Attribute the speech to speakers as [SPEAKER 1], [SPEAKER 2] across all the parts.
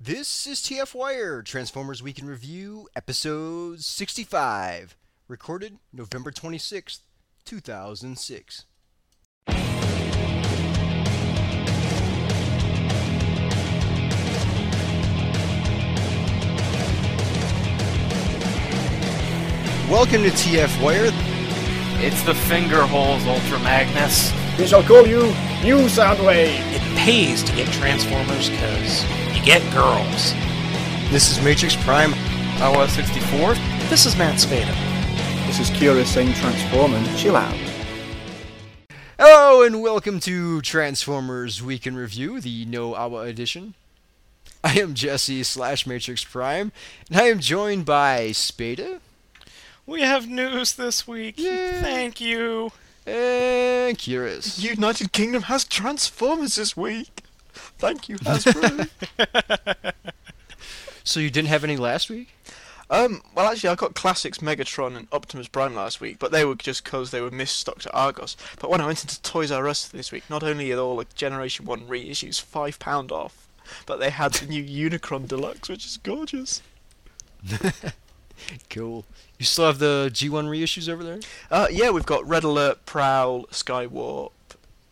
[SPEAKER 1] This is TF Wire, Transformers Week in Review, episode 65, recorded November 26th, 2006. Welcome to TF Wire.
[SPEAKER 2] It's the finger holes, Ultra Magnus.
[SPEAKER 3] We shall call you New Soundwave.
[SPEAKER 4] It pays to get Transformers because you get girls.
[SPEAKER 1] This is Matrix Prime.
[SPEAKER 2] iOS 64.
[SPEAKER 4] This is Matt Spada.
[SPEAKER 3] This is Kira saying transform and chill out.
[SPEAKER 1] Hello, and welcome to Transformers Week in Review, the No Awa edition. I am Jesse slash Matrix Prime, and I am joined by Spada
[SPEAKER 2] We have news this week.
[SPEAKER 1] Yay.
[SPEAKER 2] Thank you.
[SPEAKER 1] and Curious.
[SPEAKER 5] United Kingdom has Transformers this week. Thank you, Hasbro.
[SPEAKER 1] So you didn't have any last week?
[SPEAKER 5] um, well, actually, I got Classics Megatron and Optimus Prime last week, but they were just 'cause they were misstocked at Argos. But when I went into Toys R Us this week, not only are all the Generation 1 reissues £5 off, but they had the new Unicron Deluxe, which is gorgeous.
[SPEAKER 1] Cool. You still have the G1 reissues over there?
[SPEAKER 5] Uh, yeah, we've got Red Alert, Prowl, Skywarp,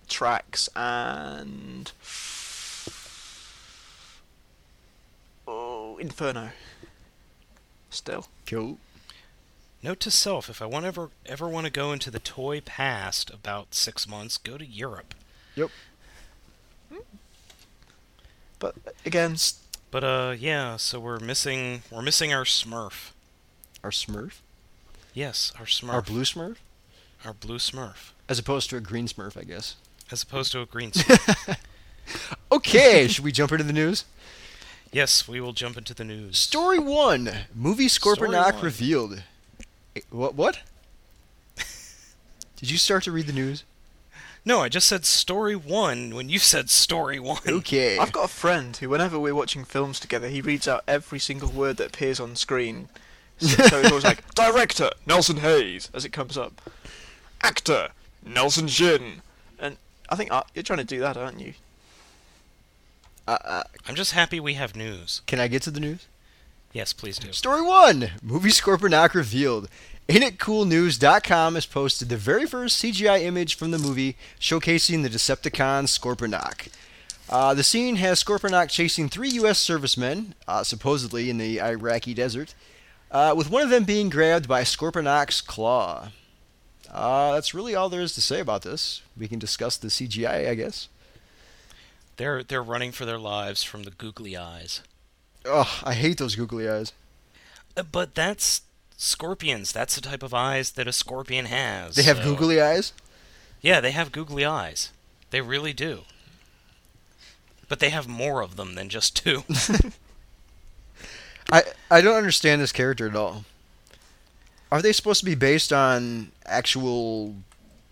[SPEAKER 5] Trax, and. Oh, Inferno. Still.
[SPEAKER 1] Cool.
[SPEAKER 4] Note to self: If I want ever ever want to go into the toy past about six months, go to Europe.
[SPEAKER 5] But again,
[SPEAKER 4] But uh, yeah. So we're missing we're missing our Smurf.
[SPEAKER 1] Our Smurf?
[SPEAKER 4] Yes, our Smurf,
[SPEAKER 1] Our blue Smurf?
[SPEAKER 4] our blue Smurf,
[SPEAKER 1] As opposed to a green Smurf, I guess.
[SPEAKER 4] as opposed to a green Smurf.
[SPEAKER 1] Okay, should we jump into the news?
[SPEAKER 4] yes, we will jump into the news.
[SPEAKER 1] Story 1 Movie
[SPEAKER 4] Story
[SPEAKER 1] Scorponok
[SPEAKER 4] one.
[SPEAKER 1] revealed. Eh, What? What? Did you start to read the news?
[SPEAKER 4] No, I just said story one when you said story one.
[SPEAKER 1] Okay.
[SPEAKER 5] I've got a friend who, whenever we're watching films together, he reads out every single word that appears on screen. So, so it's always like, Director, Nelson Hayes, as it comes up. Actor, Nelson Shin. And I think uh, you're trying to do that, aren't you?
[SPEAKER 4] I'm just happy we have news.
[SPEAKER 1] Can I get to the news?
[SPEAKER 4] Yes, please do.
[SPEAKER 1] Story 1 Movie Scorponok revealed. InitCoolNews.com has posted the very first CGI image from the movie showcasing the Decepticon Scorponok. Uh, the scene has Scorponok chasing three U.S. servicemen, uh, supposedly in the Iraqi desert, uh, with one of them being grabbed by Scorponok's claw. Uh, that's really all there is to say about this. We can discuss the CGI, I guess.
[SPEAKER 4] They're they're running for their lives from the googly eyes.
[SPEAKER 1] Ugh, I hate those googly eyes.
[SPEAKER 4] Uh, But that's scorpions. That's the type of eyes that a scorpion has.
[SPEAKER 1] They have
[SPEAKER 4] so-
[SPEAKER 1] googly eyes?
[SPEAKER 4] Yeah, they have googly eyes. They really do. But they have more of them than just two.
[SPEAKER 1] I I don't understand this character at all. Are they supposed to be based on actual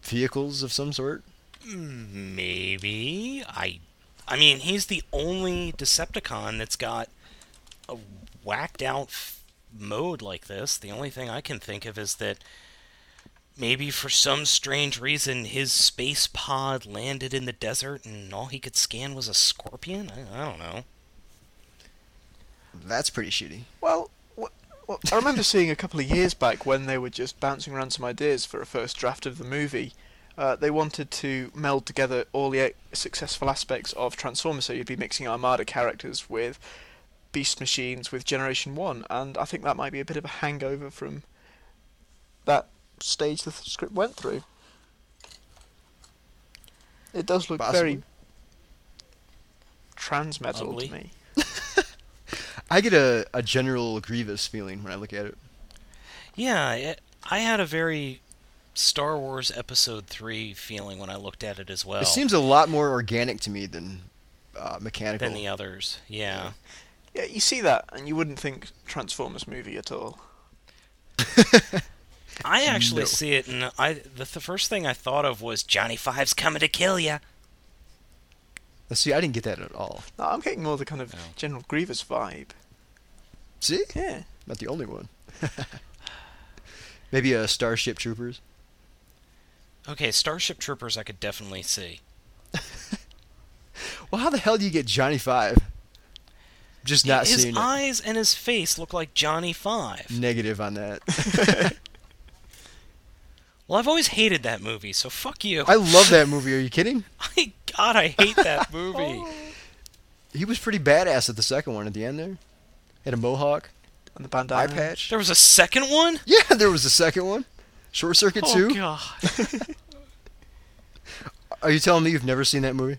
[SPEAKER 1] vehicles of some sort?
[SPEAKER 4] Maybe I. I mean, he's the only Decepticon that's got a whacked out f- mode like this. The only thing I can think of is that maybe for some strange reason his space pod landed in the desert and all he could scan was a scorpion. I, I don't know.
[SPEAKER 1] That's pretty shitty.
[SPEAKER 5] Well, wh- well, I remember seeing a couple of years back when they were just bouncing around some ideas for a first draft of the movie. Uh, they wanted to meld together all the e- successful aspects of Transformers, so you'd be mixing Armada characters with Beast Machines with Generation 1, and I think that might be a bit of a hangover from that stage the th- script went through. It does look
[SPEAKER 1] Possibly.
[SPEAKER 5] very trans metal
[SPEAKER 4] Ugly.
[SPEAKER 5] to me.
[SPEAKER 1] I get a, a general grievous feeling when I look at it.
[SPEAKER 4] Yeah, it, I had a very Star Wars Episode 3 feeling when I looked at it as well
[SPEAKER 1] It seems a lot more organic to me than uh, mechanical.
[SPEAKER 4] than the others. Yeah.
[SPEAKER 5] Yeah, you see that, and you wouldn't think Transformers movie at all.
[SPEAKER 4] I actually
[SPEAKER 1] No.
[SPEAKER 4] see it, and I the, the first thing I thought of was Johnny Five's coming to kill ya.
[SPEAKER 1] Let's See, I didn't get that at all.
[SPEAKER 5] No, I'm getting more the kind of
[SPEAKER 4] Oh.
[SPEAKER 5] General Grievous vibe.
[SPEAKER 1] See,
[SPEAKER 5] Yeah.
[SPEAKER 1] not the only one. Maybe a Starship Troopers.
[SPEAKER 4] Okay, Starship Troopers, I could definitely see.
[SPEAKER 1] Well, how the hell do you get Johnny Five? Just not
[SPEAKER 4] his
[SPEAKER 1] seeing it.
[SPEAKER 4] eyes and his face look like Johnny Five.
[SPEAKER 1] Negative on that.
[SPEAKER 4] Well, I've always hated that movie, so fuck you.
[SPEAKER 1] I love that movie. Are you kidding?
[SPEAKER 4] I God, I hate that movie.
[SPEAKER 1] Oh. He was pretty badass at the second one at the end there. Had a mohawk,
[SPEAKER 5] And the bandana.
[SPEAKER 1] eye patch.
[SPEAKER 4] there was a second one.
[SPEAKER 1] Yeah, there was a second one. Short Circuit
[SPEAKER 4] Oh
[SPEAKER 1] 2.
[SPEAKER 4] God,
[SPEAKER 1] Are you telling me you've never seen that movie?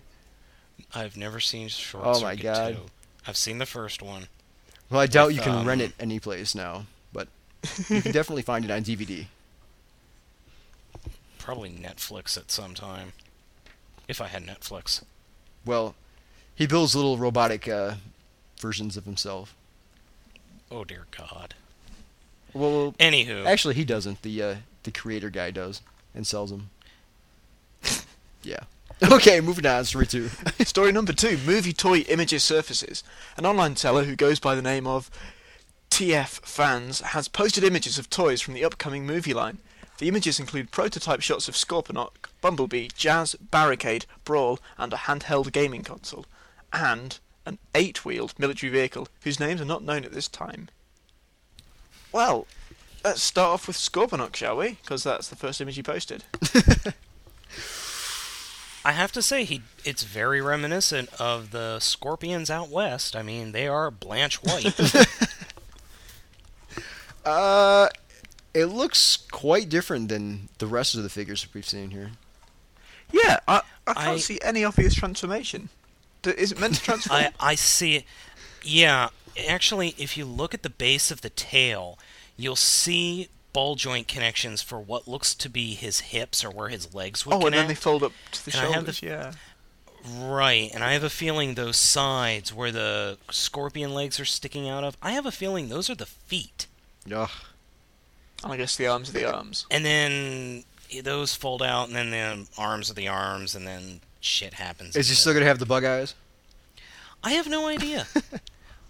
[SPEAKER 4] I've never seen Short
[SPEAKER 1] Oh, my
[SPEAKER 4] Circuit
[SPEAKER 1] God.
[SPEAKER 4] Two. I've seen the first one.
[SPEAKER 1] Well, I doubt
[SPEAKER 4] With,
[SPEAKER 1] you can
[SPEAKER 4] um,
[SPEAKER 1] rent it any place now, but you can definitely find it on DVD.
[SPEAKER 4] Probably Netflix at some time. If I had Netflix.
[SPEAKER 1] Well, he builds little robotic uh, versions of himself.
[SPEAKER 4] Oh dear God.
[SPEAKER 1] Well,
[SPEAKER 4] Anywho,
[SPEAKER 1] actually, he doesn't. The uh, the creator guy does and sells them. yeah. Okay, moving on. Story two.
[SPEAKER 5] Story number two Movie Toy Images Surfaces. An online seller who goes by the name of TF Fans has posted images of toys from the upcoming movie line. The images include prototype shots of Scorponok, Bumblebee, Jazz, Barricade, Brawl, and a handheld gaming console. And an eight wheeled military vehicle whose names are not known at this time. Well, let's start off with Scorponok, shall we? Because that's the first image he posted.
[SPEAKER 4] I have to say he it's very reminiscent of the Scorpions out west. I mean, they are Blanche White.
[SPEAKER 1] Uh, it looks quite different than the rest of the figures that we've seen here.
[SPEAKER 5] Yeah, I, I can't
[SPEAKER 4] I-
[SPEAKER 5] see any obvious transformation. D- Is it meant to transform?
[SPEAKER 4] I I see it. Yeah, actually if you look at the base of the tail, you'll see ball joint connections for what looks to be his hips or where his legs would
[SPEAKER 5] oh, and then they
[SPEAKER 4] connect.
[SPEAKER 5] fold up to the
[SPEAKER 4] And I have the
[SPEAKER 5] shoulders. Yeah.
[SPEAKER 4] Right, and I have a feeling those sides where the scorpion legs are sticking out of, I have a feeling those are the feet.
[SPEAKER 1] Ugh.
[SPEAKER 5] And I guess the arms are the arms.
[SPEAKER 4] And then those fold out, and then the arms are the arms, and then shit happens.
[SPEAKER 1] Is he
[SPEAKER 4] with
[SPEAKER 1] still
[SPEAKER 4] it.
[SPEAKER 1] gonna have the bug eyes?
[SPEAKER 4] I have no idea.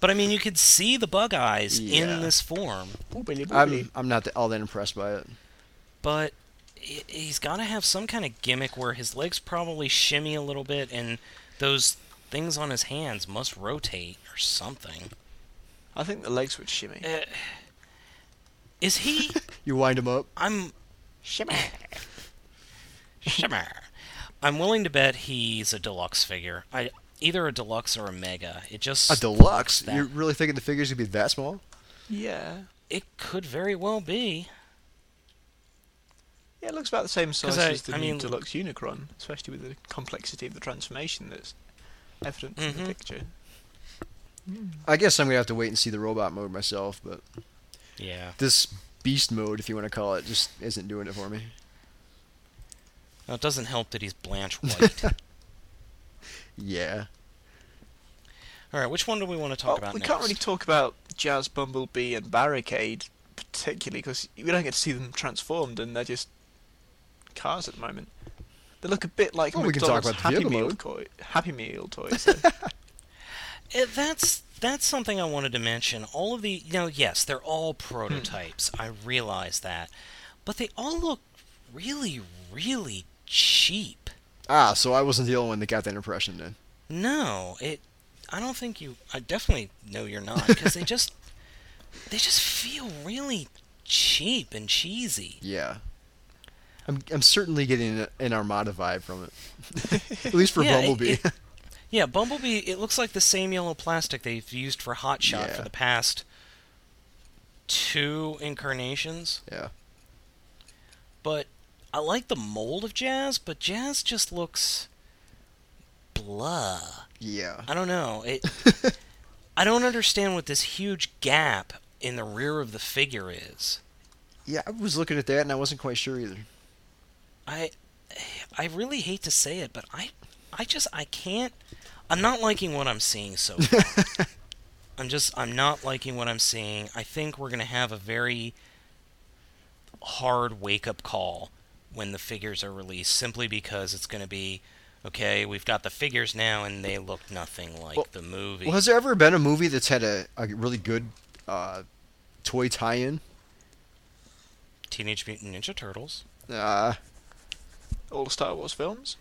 [SPEAKER 4] but I mean, you could see the bug eyes
[SPEAKER 1] Yeah.
[SPEAKER 4] in this form,
[SPEAKER 1] I'm I'm not all that impressed by it.
[SPEAKER 4] but he- he's got to have some kind of gimmick where his legs probably shimmy a little bit, and those things on his hands must rotate or something.
[SPEAKER 5] I think the legs would shimmy.
[SPEAKER 4] Uh, is he.
[SPEAKER 1] You wind him up.
[SPEAKER 4] I'm
[SPEAKER 5] Shimmy.
[SPEAKER 4] Shimmer. I'm willing to bet he's a deluxe figure. I either a deluxe or a mega. It just
[SPEAKER 1] A deluxe.
[SPEAKER 4] that-
[SPEAKER 1] You're really thinking the figure's gonna be that small?
[SPEAKER 5] Yeah.
[SPEAKER 4] it could very well be.
[SPEAKER 5] Yeah, it looks about the same size
[SPEAKER 4] I-
[SPEAKER 5] as the
[SPEAKER 4] I
[SPEAKER 5] new
[SPEAKER 4] mean-
[SPEAKER 5] deluxe Unicron, especially with the complexity of the transformation that's evident from
[SPEAKER 4] Mhm.
[SPEAKER 5] the picture.
[SPEAKER 1] I guess I'm gonna have to wait and see the robot mode myself, but
[SPEAKER 4] Yeah.
[SPEAKER 1] this beast mode, if you want to call it, just isn't doing it for me.
[SPEAKER 4] Now, it doesn't help that he's Blanche White.
[SPEAKER 1] Yeah.
[SPEAKER 4] All right, which one do we want to talk
[SPEAKER 5] Well,
[SPEAKER 4] about
[SPEAKER 5] we
[SPEAKER 4] next?
[SPEAKER 5] can't really talk about Jazz, Bumblebee, and Barricade particularly because we don't get to see them transformed, and they're just cars at the moment. They look a bit like
[SPEAKER 1] Well, we can talk
[SPEAKER 5] McDonald's
[SPEAKER 1] about the
[SPEAKER 5] Happy
[SPEAKER 1] vehicle
[SPEAKER 5] Meal
[SPEAKER 1] mode.
[SPEAKER 5] toy, Happy Meal toys. though.
[SPEAKER 4] Eh, that's that's something I wanted to mention. All of the you know, yes, they're all prototypes. I realize that, but they all look really, really cheap.
[SPEAKER 1] Ah, so I wasn't the only one that got that impression then.
[SPEAKER 4] No, it. I don't think you. I definitely know you're not because they just they just feel really cheap and cheesy.
[SPEAKER 1] Yeah. I'm I'm certainly getting a- an Armada vibe from it. At least for
[SPEAKER 4] Yeah, it-
[SPEAKER 1] Bumblebee.
[SPEAKER 4] it- Yeah, Bumblebee. It looks like the same yellow plastic they've used for Hot Shot
[SPEAKER 1] Yeah.
[SPEAKER 4] for the past two incarnations.
[SPEAKER 1] yeah.
[SPEAKER 4] But I like the mold of Jazz, but Jazz just looks blah.
[SPEAKER 1] Yeah.
[SPEAKER 4] I don't know. It. I don't understand what this huge gap in the rear of the figure is.
[SPEAKER 1] Yeah, I was looking at that and I wasn't quite sure either.
[SPEAKER 4] I I really hate to say it, but I I just I can't I'm not liking what I'm seeing so far. I'm just I'm not liking what I'm seeing. I think we're going to have a very hard wake-up call when the figures are released simply because it's going to be okay, we've got the figures now and they look nothing like
[SPEAKER 1] Well-
[SPEAKER 4] the movie.
[SPEAKER 1] Well, has there ever been a movie that's had a, a really good uh, toy tie-in?
[SPEAKER 4] Teenage Mutant Ninja Turtles.
[SPEAKER 1] Uh,
[SPEAKER 5] All the Star Wars films.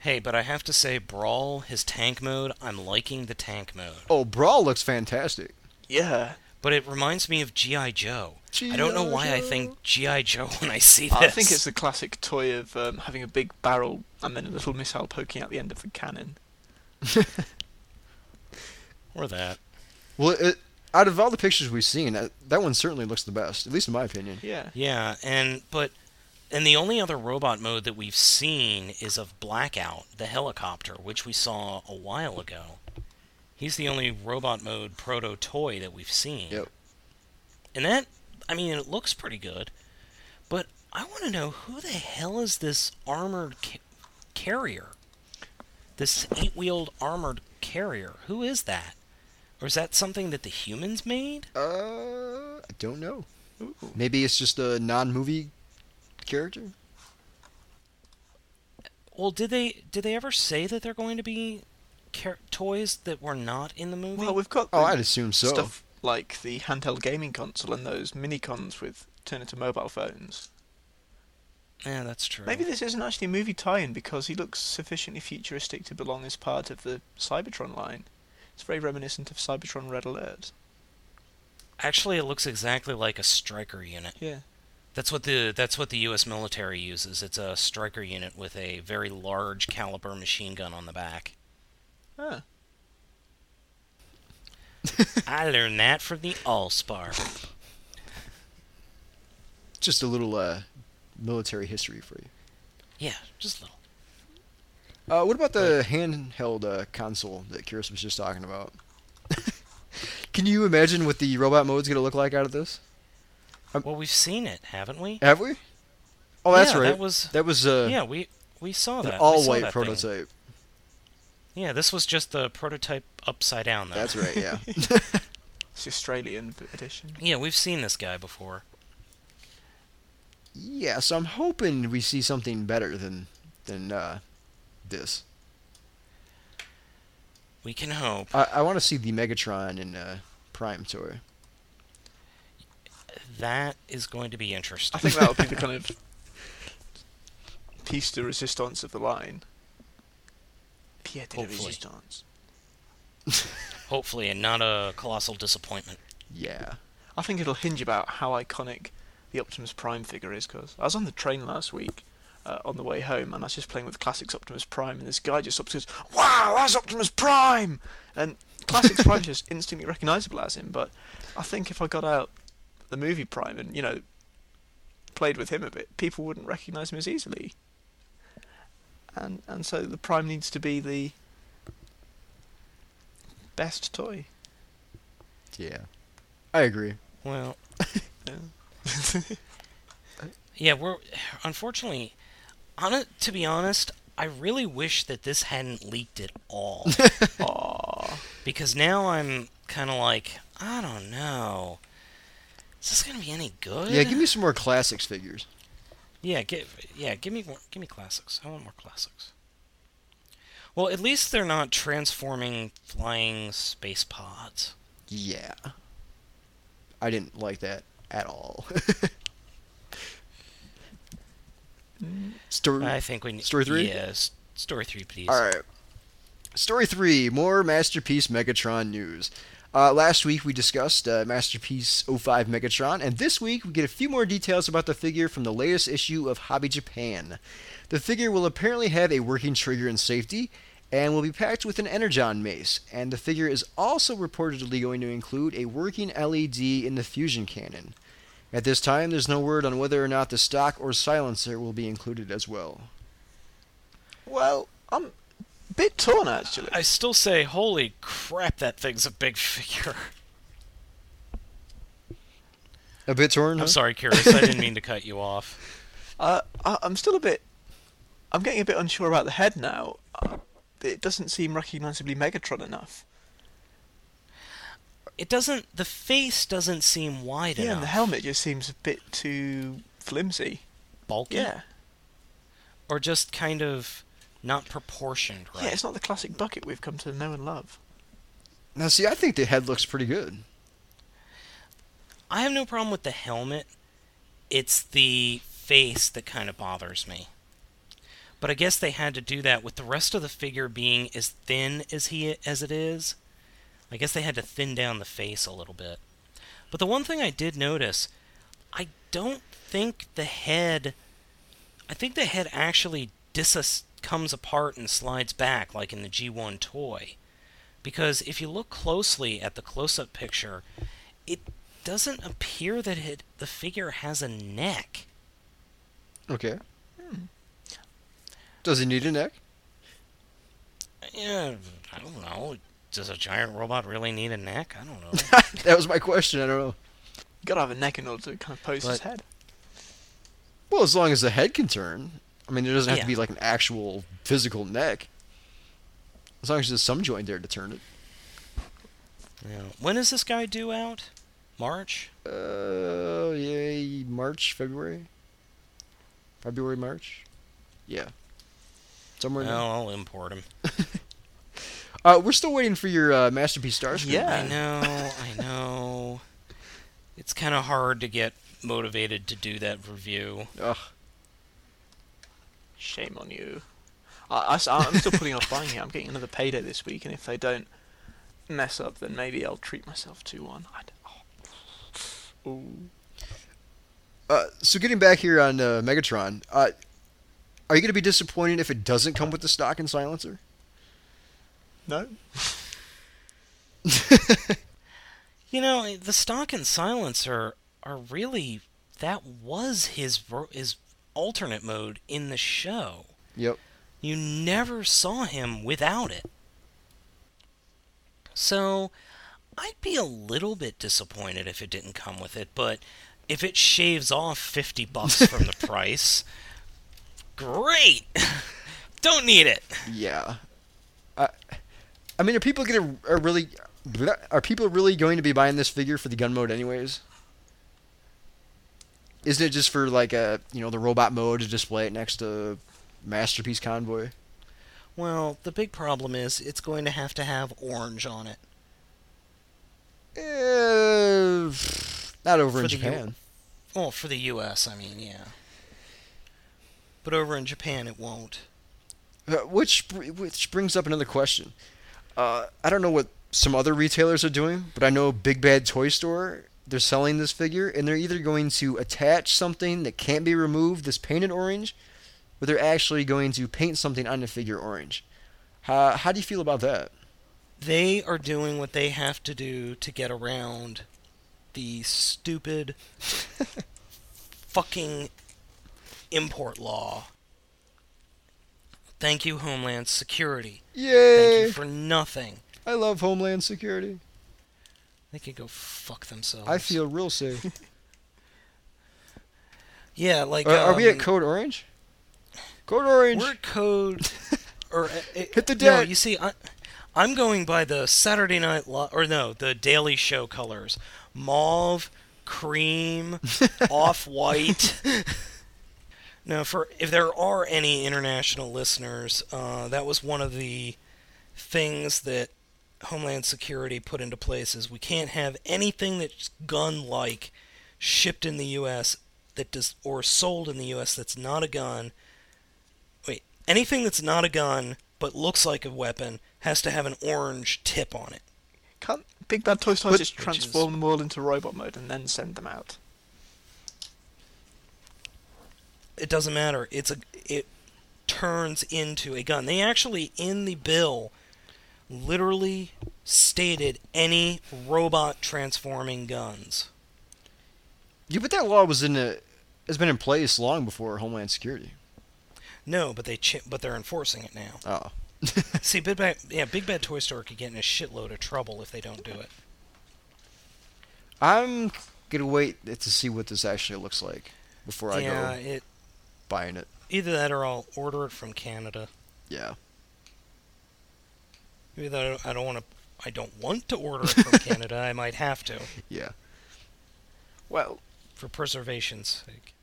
[SPEAKER 4] Hey, but I have to say, Brawl, his tank mode, I'm liking the tank mode.
[SPEAKER 1] Oh, Brawl looks fantastic.
[SPEAKER 5] Yeah.
[SPEAKER 4] But it reminds me of G.I. Joe. I don't know why I think G.I. Joe when I see this.
[SPEAKER 5] I think it's the classic toy of um, having a big barrel and then a little missile poking out the end of the cannon.
[SPEAKER 4] Or that.
[SPEAKER 1] Well, it, out of all the pictures we've seen, that, that one certainly looks the best, at least in my opinion.
[SPEAKER 5] Yeah.
[SPEAKER 4] Yeah, and but and the only other robot mode that we've seen is of Blackout, the helicopter, which we saw a while ago. He's the only robot mode proto toy that we've seen.
[SPEAKER 1] Yep.
[SPEAKER 4] And that I mean it looks pretty good. But I want to know who the hell is this armored ca- carrier? This eight-wheeled armored carrier. Who is that? Or is that something that the humans made?
[SPEAKER 1] Uh, I don't know. Maybe it's just a non-movie character.
[SPEAKER 4] Well, did they did they ever say that they're going to be char- toys that were not in the movie?
[SPEAKER 5] Well, we've got
[SPEAKER 1] Oh,
[SPEAKER 5] the
[SPEAKER 1] I'd assume so.
[SPEAKER 5] stuff like the handheld gaming console and those mini cons with turn into mobile phones.
[SPEAKER 4] yeah, Eh, that's true.
[SPEAKER 5] Maybe this isn't actually a movie tie-in because he looks sufficiently futuristic to belong as part of the Cybertron line. It's very reminiscent of Cybertron Red Alert.
[SPEAKER 4] Actually, it looks exactly like a striker unit.
[SPEAKER 5] Yeah.
[SPEAKER 4] That's what the that's what the U.S. military uses. It's a striker unit with a very large caliber machine gun on the back.
[SPEAKER 5] Ah.
[SPEAKER 4] I learned that from the Allspark.
[SPEAKER 1] Just a little uh, military history for you.
[SPEAKER 4] Yeah, just a little.
[SPEAKER 1] Uh, what about the handheld uh, console that Curious was just talking about? Can you imagine what the robot mode's gonna look like out of this?
[SPEAKER 4] Well, we've seen it, haven't we?
[SPEAKER 1] Have we? Oh, that's
[SPEAKER 4] Yeah,
[SPEAKER 1] right.
[SPEAKER 4] that was-
[SPEAKER 1] that was uh,
[SPEAKER 4] yeah, we we saw
[SPEAKER 1] an
[SPEAKER 4] that. We saw
[SPEAKER 1] all-white
[SPEAKER 4] that thing.
[SPEAKER 1] prototype.
[SPEAKER 4] Yeah, this was just the prototype upside down though.
[SPEAKER 1] That's right. Yeah.
[SPEAKER 5] It's the Australian v- edition.
[SPEAKER 4] Yeah, we've seen this guy before.
[SPEAKER 1] yeah. So I'm hoping we see something better than than uh, this.
[SPEAKER 4] We can hope.
[SPEAKER 1] I, I want to see the Megatron and uh, Prime toy.
[SPEAKER 4] That is going to be interesting.
[SPEAKER 5] I think that would be the kind of piece de resistance of the line. Pièce de
[SPEAKER 4] Hopefully.
[SPEAKER 5] resistance.
[SPEAKER 4] Hopefully, and not a colossal disappointment.
[SPEAKER 1] Yeah.
[SPEAKER 5] I think it'll hinge about how iconic the Optimus Prime figure is. Because I was on the train last week uh, on the way home, and I was just playing with Classics Optimus Prime, and this guy just stops and goes, "Wow, that's Optimus Prime!" And Classics Prime is just instantly recognisable as him. But I think if I got out the movie Prime and you know played with him a bit, people wouldn't recognise him as easily. And and so the Prime needs to be the best toy.
[SPEAKER 1] Yeah. I agree.
[SPEAKER 4] Well,
[SPEAKER 5] Yeah.
[SPEAKER 4] yeah, we're unfortunately, on a, to be honest, I really wish that this hadn't leaked at all,
[SPEAKER 5] Aww.
[SPEAKER 4] because now I'm kind of like, I don't know. Is this gonna be any good?
[SPEAKER 1] Yeah. Give me some more classics figures.
[SPEAKER 4] Yeah, give yeah, give me more, give me classics. I want more classics. Well, at least they're not transforming flying space pods.
[SPEAKER 1] Yeah. I didn't like that at all. Story.
[SPEAKER 4] I think we need
[SPEAKER 1] Story three?
[SPEAKER 4] Yes, story three, please.
[SPEAKER 1] All right. Story three. More masterpiece Megatron news. Uh, last week we discussed uh, Masterpiece 05 Megatron, and this week we get a few more details about the figure from the latest issue of Hobby Japan. The figure will apparently have a working trigger and safety, and will be packed with an Energon mace, and the figure is also reportedly going to include a working LED in the fusion cannon. At this time, there's no word on whether or not the stock or silencer will be included as well.
[SPEAKER 5] Well, I'm a bit torn actually.
[SPEAKER 4] I still say, holy crap, that thing's a big figure.
[SPEAKER 1] A bit torn.
[SPEAKER 5] Uh-huh.
[SPEAKER 4] I'm
[SPEAKER 1] huh?
[SPEAKER 4] sorry, Curious, I didn't mean to cut you off.
[SPEAKER 5] Uh, I, I'm still a bit. I'm getting a bit unsure about the head now. Uh, It doesn't seem recognisably Megatron enough.
[SPEAKER 4] It doesn't, the face doesn't seem wide
[SPEAKER 5] Yeah,
[SPEAKER 4] enough.
[SPEAKER 5] and the helmet just seems a bit too flimsy.
[SPEAKER 4] Bulky?
[SPEAKER 5] Yeah,
[SPEAKER 4] Or just kind of not proportioned right.
[SPEAKER 5] yeah, it's not the classic bucket we've come to know and love.
[SPEAKER 1] Now, see, I think the head looks pretty good.
[SPEAKER 4] I have no problem with the helmet. It's the face that kind of bothers me. But I guess they had to do that with the rest of the figure being as thin as he as it is. I guess they had to thin down the face a little bit. But the one thing I did notice, I don't think the head I think the head actually dis- comes apart and slides back like in the G1 toy. Because if you look closely at the close up picture, it doesn't appear that it, the figure has a neck.
[SPEAKER 1] Okay. Hmm. Does he need a neck?
[SPEAKER 4] Yeah, I don't know. Does a giant robot really need a neck? I don't know.
[SPEAKER 1] That was my question. I don't know.
[SPEAKER 5] gotta have a neck in order to kind of pose his
[SPEAKER 4] But-
[SPEAKER 5] head.
[SPEAKER 1] Well, as long as the head can turn. I mean, it doesn't have
[SPEAKER 4] Yeah.
[SPEAKER 1] to be like an actual physical neck. As long as there's some joint there to turn it.
[SPEAKER 4] yeah. When is this guy due out? March?
[SPEAKER 1] Uh, yeah, March, February, February, March. Yeah, somewhere. in there.
[SPEAKER 4] No, I'll import him.
[SPEAKER 1] Uh, we're still waiting for your uh, masterpiece Starscream.
[SPEAKER 5] Yeah.
[SPEAKER 4] I know, I know. It's kind of hard to get motivated to do that review.
[SPEAKER 1] Ugh.
[SPEAKER 5] Shame on you. I, am still putting off buying it. I'm getting another payday this week, and if they don't mess up, then maybe I'll treat myself to one. I d- oh. Ooh.
[SPEAKER 1] Uh, so getting back here on uh, Megatron, uh, are you going to be disappointed if it doesn't come with the stock and silencer?
[SPEAKER 5] No?
[SPEAKER 4] You know, eh, the stock and silencer are really that was his ro- his alternate mode in the show.
[SPEAKER 1] Yep.
[SPEAKER 4] You never saw him without it. So, I'd be a little bit disappointed if it didn't come with it, but if it shaves off 50 bucks from the price, great. Don't need it.
[SPEAKER 1] Yeah. I, I mean, are people going to are really are people really going to be buying this figure for the gun mode anyways? Isn't it just for like a you know the robot mode to display it next to masterpiece convoy?
[SPEAKER 4] Well, the big problem is it's going to have to have orange on it.
[SPEAKER 1] Uh, not over in
[SPEAKER 4] For the U-
[SPEAKER 1] Japan.
[SPEAKER 4] Well, for the US, I mean, yeah. But over in Japan, it won't.
[SPEAKER 1] Uh, which br- which brings up another question. Uh, I don't know what some other retailers are doing, but I know Big Bad Toy Store they're selling this figure, and they're either going to attach something that can't be removed that's painted orange, or they're actually going to paint something on the figure orange. How how do you feel about that?
[SPEAKER 4] They are doing what they have to do to get around the stupid fucking import law. Thank you, Homeland Security. Thank
[SPEAKER 1] Yay!
[SPEAKER 4] you for nothing.
[SPEAKER 1] I love Homeland Security.
[SPEAKER 4] They could go fuck themselves.
[SPEAKER 1] I feel real safe.
[SPEAKER 4] Yeah, like.
[SPEAKER 1] Uh, are, are we at
[SPEAKER 4] um,
[SPEAKER 1] Code Orange? Code Orange.
[SPEAKER 4] We're at code, or uh, it,
[SPEAKER 1] Hit the
[SPEAKER 4] No,
[SPEAKER 1] deck.
[SPEAKER 4] you see, I, I'm going by the Saturday Night Li or no, the Daily Show colors: mauve, cream, off white. now, for if there are any international listeners, uh, that was one of the things that Homeland Security put into place: is we can't have anything that's gun-like shipped in the U.S. that does or sold in the U.S. that's not a gun Wait, anything that's not a gun but looks like a weapon has to have an orange tip on it.
[SPEAKER 5] Can't Big Bad Toy Story
[SPEAKER 1] But-
[SPEAKER 5] just transform them all into robot mode and then send them out?
[SPEAKER 4] It doesn't matter. It's a it turns into a gun. They actually in the bill literally stated any robot transforming guns.
[SPEAKER 1] yeah, but that law was in a, has been in place long before Homeland Security.
[SPEAKER 4] No, but they ch- but they're enforcing it now.
[SPEAKER 1] Oh.
[SPEAKER 4] See, Big Bad, yeah, Big Bad Toy Store could get in a shitload of trouble if they don't do it.
[SPEAKER 1] I'm gonna wait to see what this actually looks like before I
[SPEAKER 4] yeah,
[SPEAKER 1] go
[SPEAKER 4] it
[SPEAKER 1] buying it.
[SPEAKER 4] either that or I'll order it from Canada.
[SPEAKER 1] Yeah.
[SPEAKER 4] Either that or I don't want to I don't want to order it from Canada. I might have to.
[SPEAKER 1] Yeah.
[SPEAKER 5] Well,
[SPEAKER 4] for preservation's sake.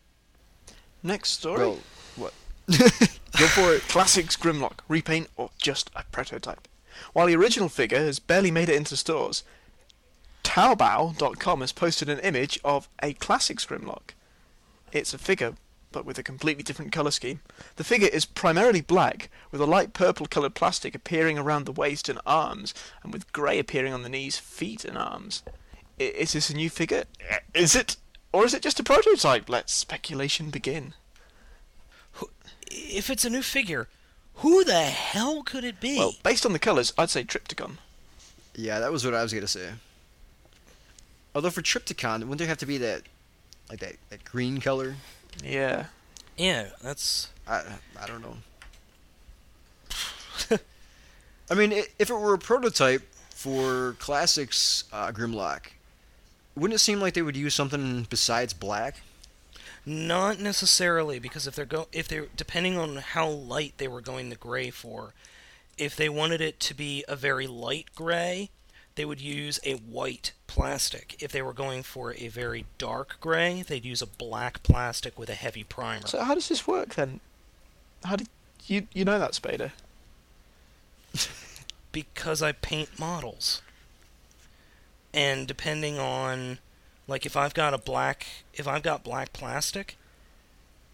[SPEAKER 5] next story.
[SPEAKER 1] Well, what? go for it.
[SPEAKER 5] Classics Grimlock, repaint, or just a prototype. While the original figure has barely made it into stores, Taobao.com has posted an image of a Classics Grimlock. It's a figure but with a completely different colour scheme. The figure is primarily black, with a light purple coloured plastic appearing around the waist and arms, and with grey appearing on the knees, feet, and arms. I- is this a new figure? Is it? Or is it just a prototype? Let speculation begin.
[SPEAKER 4] If it's a new figure, who the hell could it be?
[SPEAKER 5] Well, based on the colours, I'd say Triptychon.
[SPEAKER 1] Yeah, that was what I was gonna say. Although for Triptychon, wouldn't there have to be that, like that, that green color?
[SPEAKER 5] Yeah.
[SPEAKER 4] yeah, that's
[SPEAKER 1] I I don't know. I mean, i- if it were a prototype for classics uh, Grimlock, wouldn't it seem like they would use something besides black?
[SPEAKER 4] not necessarily because if they're go if they're depending on how light they were going the gray for, if they wanted it to be a very light gray, they would use a white plastic. If they were going for a very dark gray, they'd use a black plastic with a heavy primer.
[SPEAKER 5] So how does this work then? How did you you know that Spader?
[SPEAKER 4] because I paint models. And depending on like if I've got a black if I've got black plastic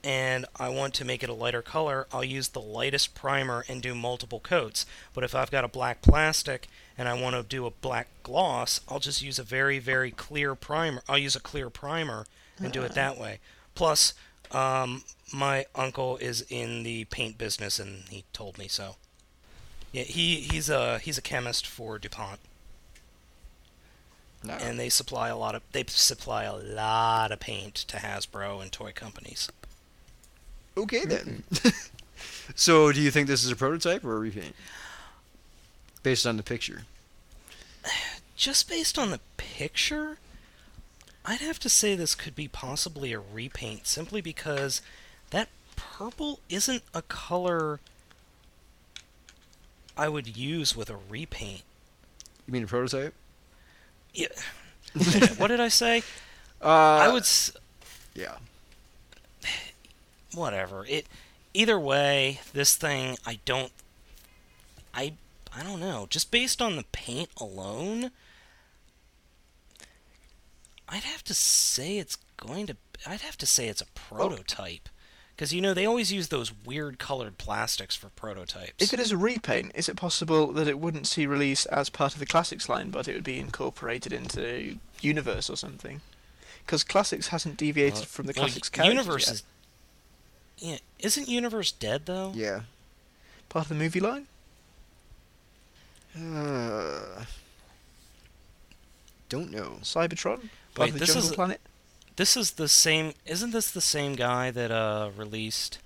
[SPEAKER 4] and I want to make it a lighter color, I'll use the lightest primer and do multiple coats. But if I've got a black plastic and I want to do a black gloss, I'll just use a very very clear primer. I'll use a clear primer and do it that way. Plus um my uncle is in the paint business and he told me so. Yeah, he he's a he's a chemist for DuPont,
[SPEAKER 1] No.
[SPEAKER 4] and they supply a lot of they supply a lot of paint to Hasbro and toy companies.
[SPEAKER 1] Okay then. so, do you think this is a prototype or a repaint? Based on the picture.
[SPEAKER 4] Just based on the picture, I'd have to say this could be possibly a repaint, simply because that purple isn't a color I would use with a repaint.
[SPEAKER 1] You mean a prototype?
[SPEAKER 4] Yeah. what did I say?
[SPEAKER 1] Uh,
[SPEAKER 4] I would. S-
[SPEAKER 1] Yeah.
[SPEAKER 4] whatever. It either way, this thing I don't I I don't know. Just based on the paint alone, I'd have to say it's going to I'd have to say it's a prototype. Cuz you know they always use those weird colored plastics for prototypes.
[SPEAKER 5] If it is a repaint, is it possible that it wouldn't see release as part of the classics line, but it would be incorporated into Universe or something? Because classics hasn't deviated from the
[SPEAKER 4] Well,
[SPEAKER 5] classics
[SPEAKER 4] y-
[SPEAKER 5] characters
[SPEAKER 4] Universe
[SPEAKER 5] yet.
[SPEAKER 4] is Yeah, isn't Universe dead though?
[SPEAKER 1] Yeah.
[SPEAKER 5] part of the movie line.
[SPEAKER 1] Uh, don't know.
[SPEAKER 5] Cybertron, part
[SPEAKER 4] Wait,
[SPEAKER 5] of the
[SPEAKER 4] this
[SPEAKER 5] Jungle
[SPEAKER 4] is-
[SPEAKER 5] Planet.
[SPEAKER 4] This is the same. Isn't this the same guy that uh, released?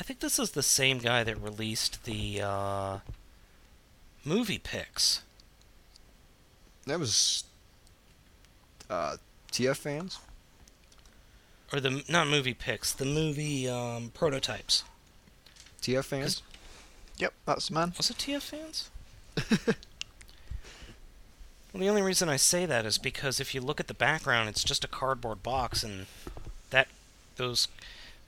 [SPEAKER 4] I think this is the same guy that released the uh, movie picks.
[SPEAKER 1] That was uh, TF fans.
[SPEAKER 4] Or the not movie picks, the movie um, prototypes.
[SPEAKER 1] TF fans.
[SPEAKER 5] Yep, that's the man.
[SPEAKER 4] Was it TF fans? well, the only reason I say that is because if you look at the background, it's just a cardboard box, and that those.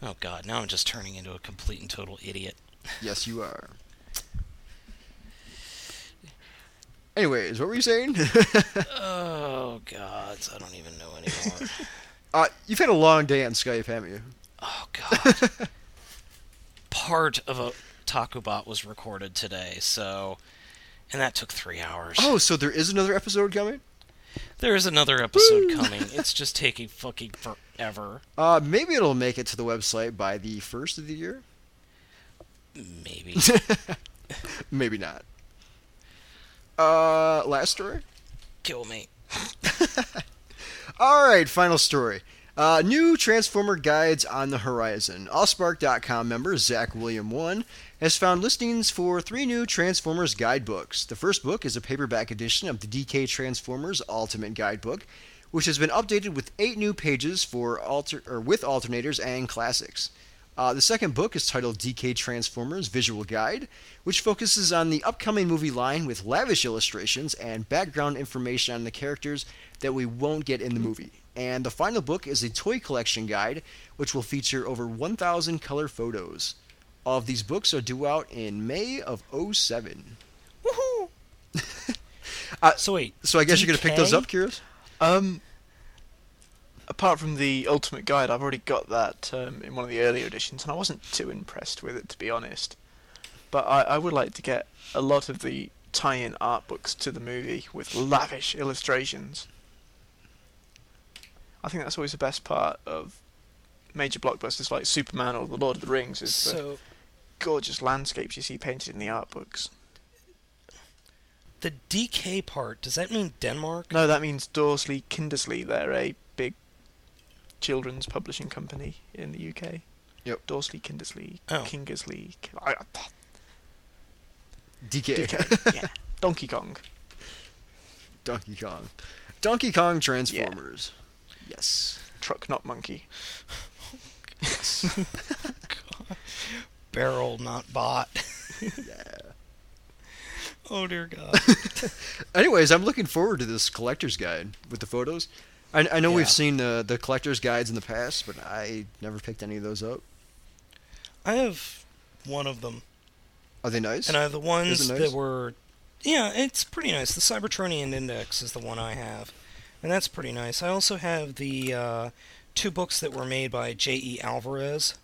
[SPEAKER 4] Oh God! Now I'm just turning into a complete and total idiot.
[SPEAKER 1] Yes, you are. Anyways, what were you saying?
[SPEAKER 4] Oh God! I don't even know anymore.
[SPEAKER 1] uh, you've had a long day on Skype, haven't you?
[SPEAKER 4] Oh god. Part of a Takubot was recorded today, so and that took three hours.
[SPEAKER 1] Oh, so there is another episode coming?
[SPEAKER 4] There is another episode coming. It's just taking fucking forever.
[SPEAKER 1] Uh, maybe it'll make it to the website by the first of the year.
[SPEAKER 4] Maybe.
[SPEAKER 1] Maybe not. Uh, last story.
[SPEAKER 4] Kill me.
[SPEAKER 1] All right, final story. Uh, new Transformer guides on the horizon. Allspark.com member Zach William One has found listings for three new Transformers guidebooks. The first book is a paperback edition of the DK Transformers Ultimate Guidebook, which has been updated with eight new pages for alter or with alternators and classics. Uh, the second book is titled DK Transformers Visual Guide, which focuses on the upcoming movie line with lavish illustrations and background information on the characters that we won't get in the movie. And the final book is a toy collection guide, which will feature over 1,000 color photos. All of these books are due out in May of 07.
[SPEAKER 4] Woohoo! So wait.
[SPEAKER 1] So I guess you're going to pick those
[SPEAKER 4] DK?
[SPEAKER 1] up, Curious?
[SPEAKER 5] Um, apart from the Ultimate Guide, I've already got that um, in one of the earlier editions, and I wasn't too impressed with it, to be honest. But I, I would like to get a lot of the tie in art books to the movie with lavish illustrations. I think that's always the best part of major blockbusters like Superman or The Lord of the Rings is the
[SPEAKER 4] So
[SPEAKER 5] gorgeous landscapes you see painted in the art books.
[SPEAKER 4] the DK part does that mean Denmark?
[SPEAKER 5] No, that means Dorsley Kindersley. They're a big children's publishing company in the UK.
[SPEAKER 1] Yep.
[SPEAKER 5] Dorsley Kindersley,
[SPEAKER 4] Oh.
[SPEAKER 5] Kingersley, Kin- I- I-
[SPEAKER 1] DK.
[SPEAKER 5] DK, yeah, Donkey Kong.
[SPEAKER 1] Donkey Kong. Donkey Kong Transformers.
[SPEAKER 5] Yes. Truck Not Monkey.
[SPEAKER 4] Barrel not bought. Oh dear God.
[SPEAKER 1] Anyways, I'm looking forward to this collector's guide with the photos. I, I know
[SPEAKER 4] Yeah.
[SPEAKER 1] we've seen the the collector's guides in the past, but I never picked any of those up.
[SPEAKER 4] I have one of them,
[SPEAKER 1] Are they nice?
[SPEAKER 4] and I have the ones
[SPEAKER 1] Is it nice?
[SPEAKER 4] that were. Yeah, it's pretty nice. The Cybertronian Index is the one I have, and that's pretty nice. I also have the uh, two books that were made by J.E. Alvarez,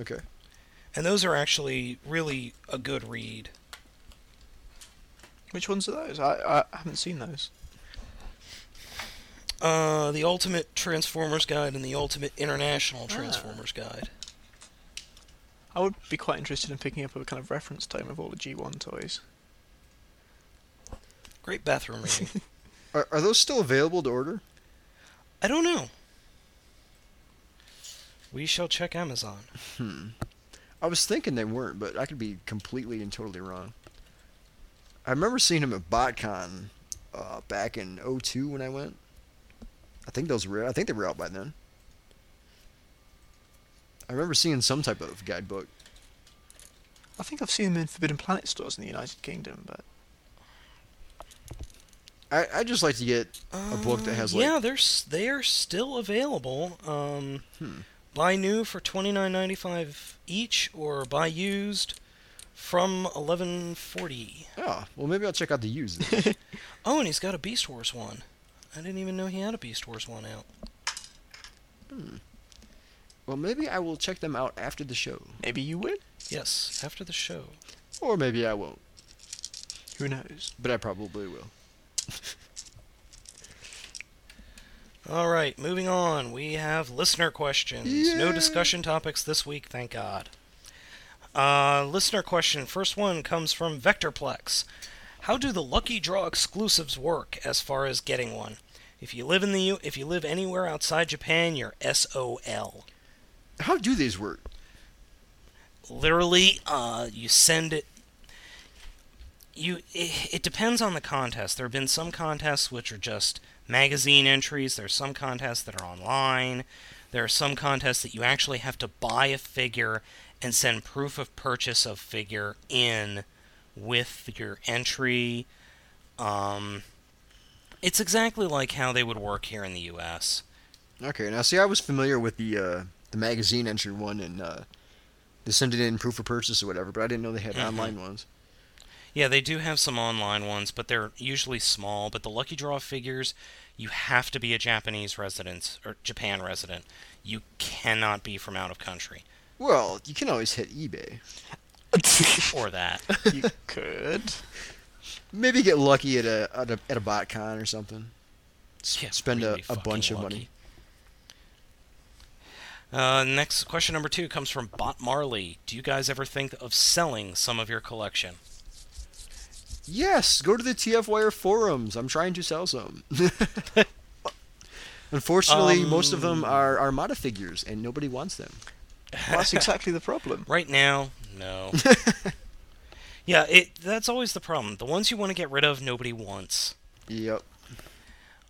[SPEAKER 1] okay.
[SPEAKER 4] and those are actually really a good read.
[SPEAKER 5] Which ones are those? I, I haven't seen those.
[SPEAKER 4] Uh, the Ultimate Transformers Guide and the Ultimate International
[SPEAKER 1] Ah.
[SPEAKER 4] Transformers Guide.
[SPEAKER 5] I would be quite interested in picking up a kind of reference tome of all the G1 toys.
[SPEAKER 4] Great bathroom reading.
[SPEAKER 1] Are, are those still available to order?
[SPEAKER 4] I don't know. We shall check Amazon.
[SPEAKER 1] I was thinking they weren't, but I could be completely and totally wrong. I remember seeing them at BotCon uh, back in 02 when I went. I think those were I think they were out by then. I remember seeing some type of guidebook.
[SPEAKER 5] I think I've seen them in Forbidden Planet stores in the United Kingdom, but
[SPEAKER 1] I I just like to get a book that has
[SPEAKER 4] Uh,
[SPEAKER 1] like
[SPEAKER 4] yeah, they're s- they are still available. Um,
[SPEAKER 1] Hmm.
[SPEAKER 4] Buy new for twenty nine ninety five each, or buy used from eleven forty.
[SPEAKER 1] oh well maybe I'll check out the used. then.
[SPEAKER 4] Oh, and he's got a Beast Wars one. I didn't even know he had a Beast Wars one out.
[SPEAKER 1] well maybe I will check them out after the show,
[SPEAKER 5] maybe you will.
[SPEAKER 4] Yes, after the show.
[SPEAKER 1] or maybe I won't,
[SPEAKER 5] Who knows?
[SPEAKER 1] but I probably will.
[SPEAKER 4] All right, moving on. We have listener questions. No discussion topics this week, thank God. Uh, listener question. First one comes from Vectorplex. How do the lucky draw exclusives work as far as getting one? If you live in the U- if you live anywhere outside Japan, you're SOL.
[SPEAKER 1] How do these work?
[SPEAKER 4] Literally, uh, you send it. You it, it depends on the contest. There have been some contests which are just magazine entries. There's some contests that are online. There are some contests that you actually have to buy a figure and send proof of purchase of figure in with your entry. Um, it's exactly like how they would work here in the U.S.
[SPEAKER 1] Okay, now see, I was familiar with the uh, the magazine entry one, and uh, they sent it in proof of purchase or whatever, but I didn't know they had
[SPEAKER 4] Mhm.
[SPEAKER 1] online ones.
[SPEAKER 4] Yeah, they do have some online ones, but they're usually small. But the Lucky Draw figures, you have to be a Japanese resident or Japan resident. You cannot be from out of country
[SPEAKER 1] Well, you can always hit eBay.
[SPEAKER 4] or that.
[SPEAKER 5] you could.
[SPEAKER 1] Maybe get lucky at a at a, at a botcon or something. S-
[SPEAKER 4] Yeah,
[SPEAKER 1] Spend
[SPEAKER 4] really
[SPEAKER 1] a, a
[SPEAKER 4] fucking
[SPEAKER 1] bunch of
[SPEAKER 4] lucky.
[SPEAKER 1] money.
[SPEAKER 4] Uh, next question number two comes from Bot Marley. Do you guys ever think of selling some of your collection?
[SPEAKER 1] Yes, go to the TF Wire forums. I'm trying to sell some. Unfortunately, most of them are Armada figures, and nobody wants them.
[SPEAKER 5] Well, that's exactly the problem.
[SPEAKER 4] Right now, no. yeah, it that's always the problem. The ones you want to get rid of, nobody wants.
[SPEAKER 1] Yep.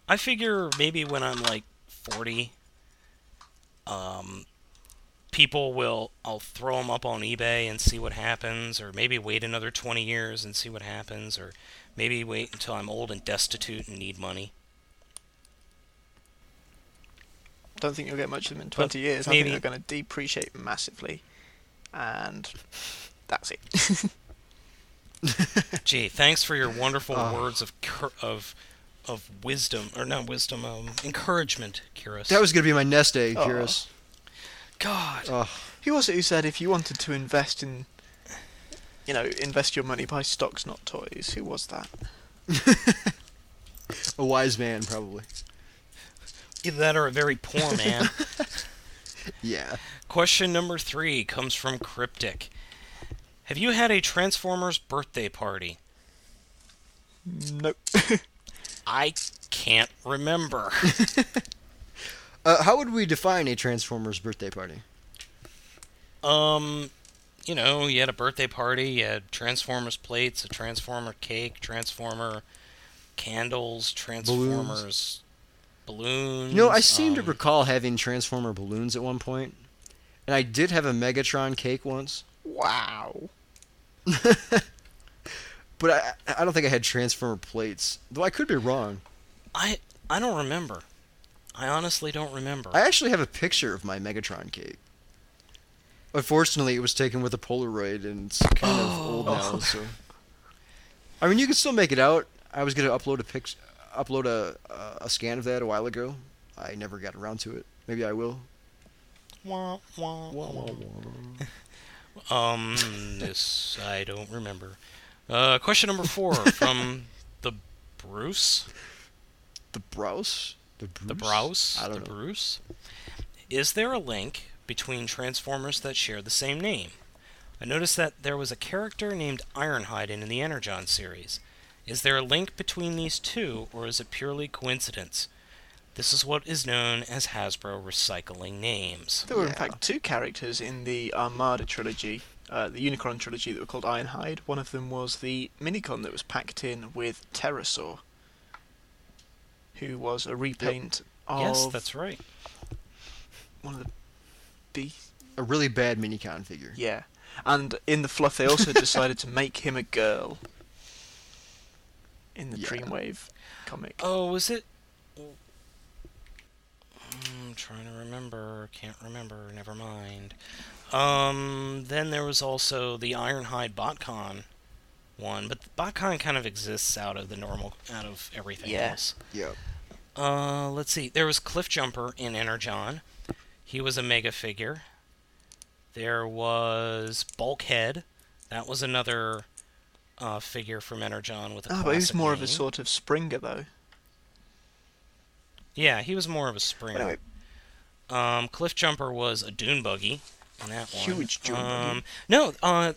[SPEAKER 4] I figure maybe when I'm like 40, um, people will I'll throw them up on eBay and see what happens, or maybe wait another 20 years and see what happens, or maybe wait until I'm old and destitute and need money.
[SPEAKER 5] Don't think you'll get much of them in 20 years. I
[SPEAKER 4] maybe-
[SPEAKER 5] think they're going to depreciate massively. And that's it.
[SPEAKER 1] Ah.
[SPEAKER 4] Gee, thanks for your wonderful words of cur- of of wisdom, or not wisdom, um, encouragement, Curious.
[SPEAKER 1] That was Ah. going to be my nest egg,
[SPEAKER 5] Aw.
[SPEAKER 1] Curious.
[SPEAKER 4] God.
[SPEAKER 1] Ugh.
[SPEAKER 5] Who was it who said if you wanted to invest in, you know, invest your money buy stocks, not toys? Who was that?
[SPEAKER 1] A wise man, probably.
[SPEAKER 4] Either that or a very poor man.
[SPEAKER 1] Yeah.
[SPEAKER 4] Question number three comes from Cryptic. Have you had a Transformers birthday party?
[SPEAKER 5] Nope.
[SPEAKER 4] I can't remember.
[SPEAKER 1] Uh, how would we define a Transformers birthday party?
[SPEAKER 4] um, you know, you had a birthday party, you had Transformers plates, a Transformer cake, Transformer candles, Transformers balloons.
[SPEAKER 1] You know, I seem to
[SPEAKER 4] um,
[SPEAKER 1] recall having Transformer balloons at one point, and I did have a Megatron cake once,
[SPEAKER 5] wow.
[SPEAKER 1] but I, I don't think I had Transformer plates. Though I could be wrong.
[SPEAKER 4] Um, I I don't remember. I honestly don't remember.
[SPEAKER 1] I actually have a picture of my Megatron cake. Unfortunately, it was taken with a Polaroid, and it's kind of old now. So, I mean, you can still make it out. I was gonna upload a pic, upload a uh, a scan of that a while ago. I never got around to it. Maybe I will.
[SPEAKER 4] Wah, wah, wah. Um, this I don't remember. Uh, question number four from the Bruce,
[SPEAKER 1] The Browse. The Bruce.
[SPEAKER 4] the Browse,
[SPEAKER 1] I
[SPEAKER 4] the
[SPEAKER 1] don't know.
[SPEAKER 4] Bruce. Is there a link between Transformers that share the same name? I noticed that there was a character named Ironhide in the Energon series. Is there a link between these two, or is it purely coincidence? This is what is known as Hasbro recycling names.
[SPEAKER 5] There were in
[SPEAKER 1] Yeah.
[SPEAKER 5] fact two characters in the Armada trilogy, uh, the Unicron trilogy that were called Ironhide. One of them was the Minicon that was packed in with Pterosaur, who was a repaint of
[SPEAKER 4] Yes, that's right.
[SPEAKER 5] one of the B.
[SPEAKER 1] A really bad minicon figure.
[SPEAKER 5] Yeah, and in the fluff they also decided to make him a girl. In the
[SPEAKER 1] Yeah.
[SPEAKER 5] Dreamwave comic.
[SPEAKER 4] Oh, was it? I'm trying to remember. Can't remember. Never mind. Um, then there was also the Ironhide BotCon one, but the BotCon kind of exists out of the normal, out of everything
[SPEAKER 5] Yeah.
[SPEAKER 4] else.
[SPEAKER 1] Yeah.
[SPEAKER 4] Uh, let's see. There was Cliffjumper in Energon. He was a mega figure. There was Bulkhead. That was another uh, figure from Energon with a
[SPEAKER 5] Ah, but he was
[SPEAKER 4] classic
[SPEAKER 5] more of a
[SPEAKER 4] name.
[SPEAKER 5] sort of Springer though.
[SPEAKER 4] Yeah, he was more of a spring.
[SPEAKER 5] Anyway.
[SPEAKER 4] Um, Cliff Jumper was a dune buggy in that one.
[SPEAKER 5] Huge dune buggy.
[SPEAKER 4] um, No, uh,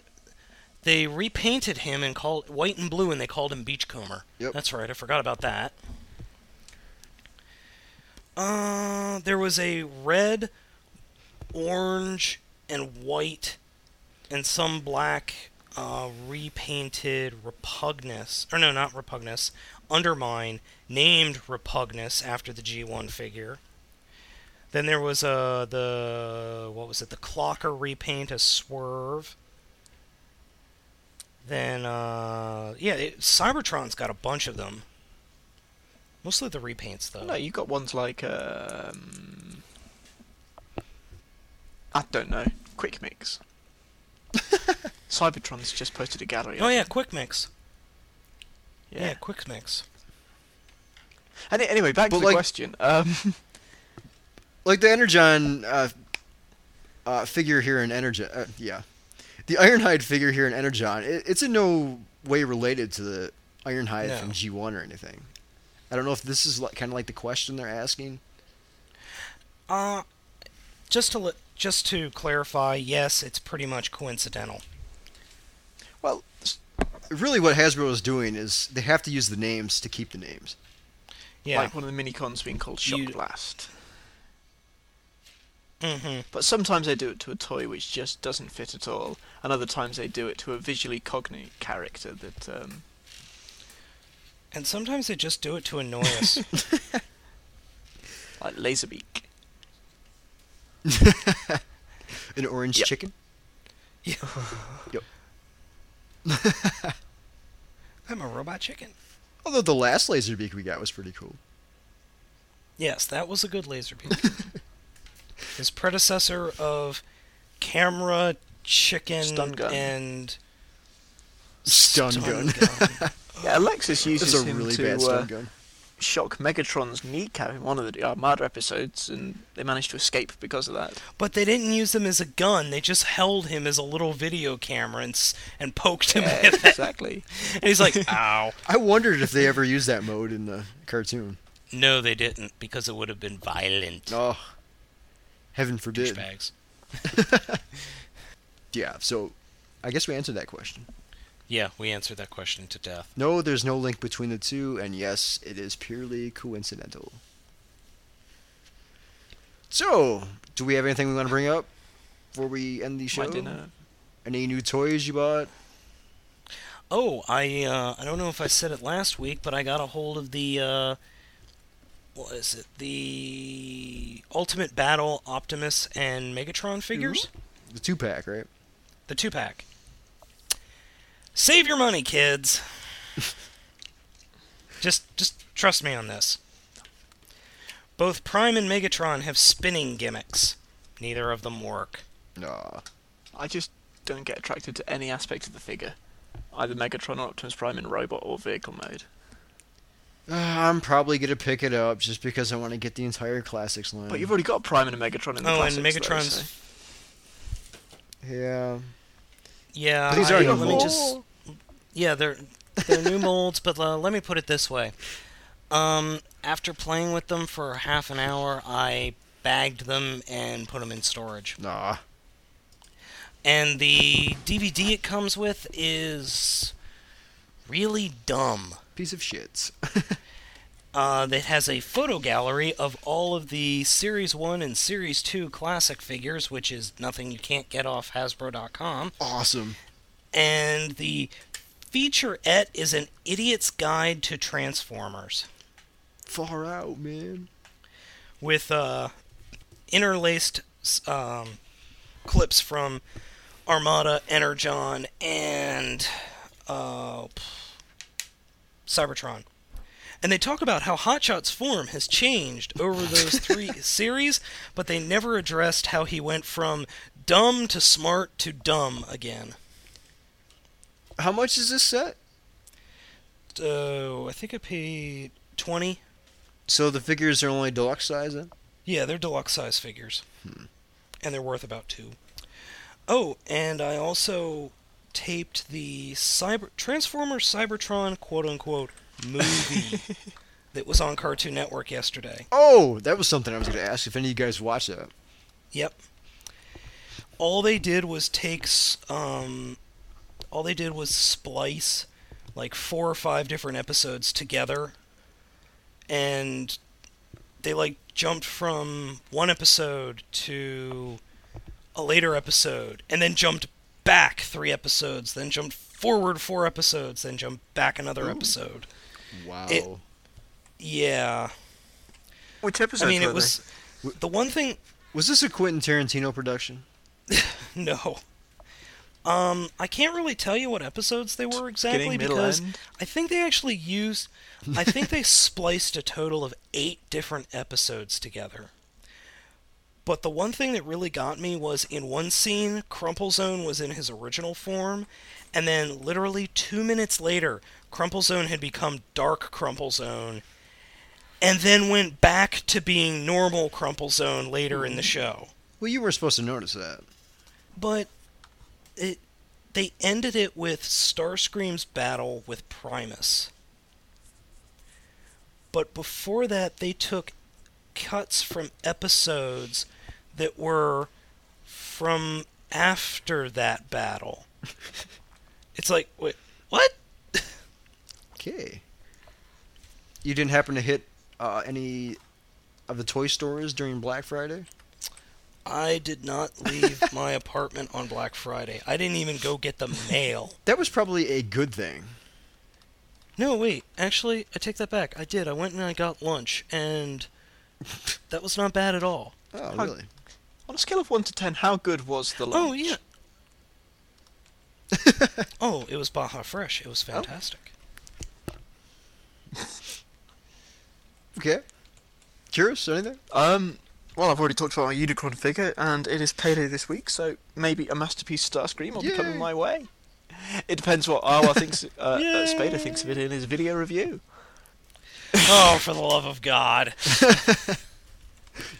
[SPEAKER 4] they repainted him and called white and blue, and they called him Beachcomber.
[SPEAKER 1] Yep.
[SPEAKER 4] That's right. I forgot about that. Uh, there was a red, orange, and white, and some black uh, repainted Repugnus, or no, not Repugnus, Undermine, named Repugnus after the G1 figure. Then there was uh, the what was it? The Clocker repaint a Swerve. Then uh, yeah, it, Cybertron's got a bunch of them. Mostly the repaints though.
[SPEAKER 5] No, you got ones like um, I don't know, Quick Mix. Cybertron's just posted a gallery.
[SPEAKER 4] oh
[SPEAKER 5] of
[SPEAKER 4] yeah,
[SPEAKER 5] them.
[SPEAKER 4] Quick Mix. Yeah,
[SPEAKER 5] yeah.
[SPEAKER 4] Quick Mix.
[SPEAKER 5] And anyway, back
[SPEAKER 1] But
[SPEAKER 5] to the
[SPEAKER 1] like-
[SPEAKER 5] question. Um,
[SPEAKER 1] Like the Energon uh, uh, figure here in Energon. Uh, yeah. The Ironhide figure here in Energon. It, it's in no way related to the Ironhide
[SPEAKER 4] No.
[SPEAKER 1] from G1 or anything. I don't know if this is like, kind of like the question they're asking.
[SPEAKER 4] Uh, just to li- just to clarify, yes, it's pretty much coincidental.
[SPEAKER 5] well,
[SPEAKER 1] Really, what Hasbro is doing is they have to use the names to keep the names.
[SPEAKER 4] Yeah.
[SPEAKER 5] like one of the minicons being called Shock
[SPEAKER 4] You-
[SPEAKER 5] Blast.
[SPEAKER 4] mm-hmm.
[SPEAKER 5] But sometimes they do it to a toy which just doesn't fit at all, and other times they do it to a visually cognate character that um,
[SPEAKER 4] And sometimes they just do it to annoy us.
[SPEAKER 5] like Laserbeak.
[SPEAKER 1] An orange
[SPEAKER 5] Yep.
[SPEAKER 1] chicken.
[SPEAKER 4] I'm a robot chicken.
[SPEAKER 1] Although the last Laserbeak we got was pretty cool.
[SPEAKER 4] Yes, that was a good laser beam. His predecessor of camera, chicken,
[SPEAKER 5] Stun gun.
[SPEAKER 4] and
[SPEAKER 1] Stun gun.
[SPEAKER 4] gun.
[SPEAKER 5] Yeah, Alexis
[SPEAKER 1] This
[SPEAKER 5] uses
[SPEAKER 1] is a
[SPEAKER 5] him
[SPEAKER 1] really
[SPEAKER 5] to
[SPEAKER 1] bad
[SPEAKER 5] uh,
[SPEAKER 1] stun gun.
[SPEAKER 5] shock Megatron's kneecap in one of the Armada episodes, and they managed to escape because of that.
[SPEAKER 4] But they didn't use him as a gun. They just held him as a little video camera and, s- and poked him
[SPEAKER 5] Yeah,
[SPEAKER 4] with it.
[SPEAKER 5] exactly.
[SPEAKER 4] And he's like, ow.
[SPEAKER 1] I wondered if they ever used that mode in the cartoon.
[SPEAKER 4] No, they didn't because it would have been violent.
[SPEAKER 1] Oh, heaven forbid.
[SPEAKER 4] Douchebags.
[SPEAKER 1] Yeah, so I guess we answered that question.
[SPEAKER 4] Yeah, we answered that question to death.
[SPEAKER 1] No, there's no link between the two, and yes, it is purely coincidental. So, do we have anything we want to bring up before we end the show?
[SPEAKER 5] My dinner.
[SPEAKER 1] Any new toys you bought?
[SPEAKER 4] Oh, I uh, I don't know if I said it last week, but I got a hold of the uh, what is it? The Ultimate Battle Optimus and Megatron figures,
[SPEAKER 1] The two pack, right?
[SPEAKER 4] the two pack. Save your money, kids. just just trust me on this. Both Prime and Megatron have spinning gimmicks. Neither of them work.
[SPEAKER 1] No.
[SPEAKER 5] I just don't get attracted to any aspect of the figure, either Megatron or Optimus Prime in robot or vehicle mode.
[SPEAKER 1] Uh, I'm probably gonna pick it up just because I want to get the entire classics line.
[SPEAKER 5] But you've already got a Prime and a Megatron in the
[SPEAKER 4] Oh, and
[SPEAKER 5] classics,
[SPEAKER 4] Megatron's
[SPEAKER 5] Though, so.
[SPEAKER 1] yeah.
[SPEAKER 4] Yeah,
[SPEAKER 1] These
[SPEAKER 4] I-
[SPEAKER 1] are
[SPEAKER 4] let
[SPEAKER 1] new
[SPEAKER 4] me
[SPEAKER 1] molds.
[SPEAKER 4] just- yeah, they're they're new molds, but uh, let me put it this way: um, after playing with them for half an hour, I bagged them and put them in storage.
[SPEAKER 1] Nah.
[SPEAKER 4] And the DVD it comes with is really dumb.
[SPEAKER 1] Piece of shit.
[SPEAKER 4] Uh, that has a photo gallery of all of the Series 1 and Series 2 classic figures, which is nothing you can't get off Hasbro.com.
[SPEAKER 1] awesome.
[SPEAKER 4] and the featurette is an idiot's guide to transformers
[SPEAKER 1] Far out, man.
[SPEAKER 4] with uh, interlaced s- um, clips from armada energon and uh, cybertron and they talk about how hotshot's form has changed over those three series but they never addressed how he went from dumb to smart to dumb again
[SPEAKER 1] How much is this set?
[SPEAKER 4] Oh, I think I paid twenty.
[SPEAKER 1] So the figures are only deluxe size then?
[SPEAKER 4] Yeah, they're deluxe size figures, and they're worth about two. Oh, and I also taped the Cyber Transformer Cybertron quote unquote movie that was on Cartoon Network yesterday.
[SPEAKER 1] Oh, that was something I was gonna ask. If any of you guys watch that.
[SPEAKER 4] Yep. All they did was take, s- um, all they did was splice like four or five different episodes together, and they like jumped from one episode to a later episode, and then jumped back three episodes, then jumped forward four episodes, then jumped back another episode.
[SPEAKER 1] Wow.
[SPEAKER 4] It- Yeah,
[SPEAKER 5] Which episode?
[SPEAKER 4] I mean it was the one thing
[SPEAKER 1] was this a Quentin Tarantino production?
[SPEAKER 4] No. Um, I can't really tell you what episodes they were exactly
[SPEAKER 5] middle,
[SPEAKER 4] because
[SPEAKER 5] end?
[SPEAKER 4] I think they actually used I think they spliced a total of 8 different episodes together. But the one thing that really got me was in one scene Crumplezone was in his original form and then literally 2 minutes later Crumplezone had become Dark Crumplezone and then went back to being normal Crumplezone later in the show
[SPEAKER 1] Well, you were supposed to notice that.
[SPEAKER 4] but it they ended it with Starscream's battle with Primus. But before that, they took cuts from episodes that were from after that battle. it's like, wait, what?
[SPEAKER 1] Okay. You didn't happen to hit uh, any of the toy stores during Black Friday?
[SPEAKER 4] I did not leave my apartment on Black Friday. I didn't even go get the mail.
[SPEAKER 1] That was probably a good thing.
[SPEAKER 4] No, wait. Actually, I take that back. I did. I went and I got lunch, and that was not bad at all.
[SPEAKER 1] Oh,
[SPEAKER 5] How-
[SPEAKER 1] really?
[SPEAKER 5] on a scale of one to ten. How good was the lunch?
[SPEAKER 4] Oh, yeah. oh, it was Baja Fresh. It was
[SPEAKER 1] Oh.
[SPEAKER 4] fantastic.
[SPEAKER 1] Okay. Curious? Anything?
[SPEAKER 5] Um, well, I've already talked about my Unicron figure, and it is payday this week, so maybe a masterpiece Starscream will be
[SPEAKER 1] Yay.
[SPEAKER 5] coming my way. It depends what Arwa thinks, uh, uh,
[SPEAKER 4] Yay.
[SPEAKER 5] Spader thinks of it in his video review.
[SPEAKER 4] Oh, for the love of God.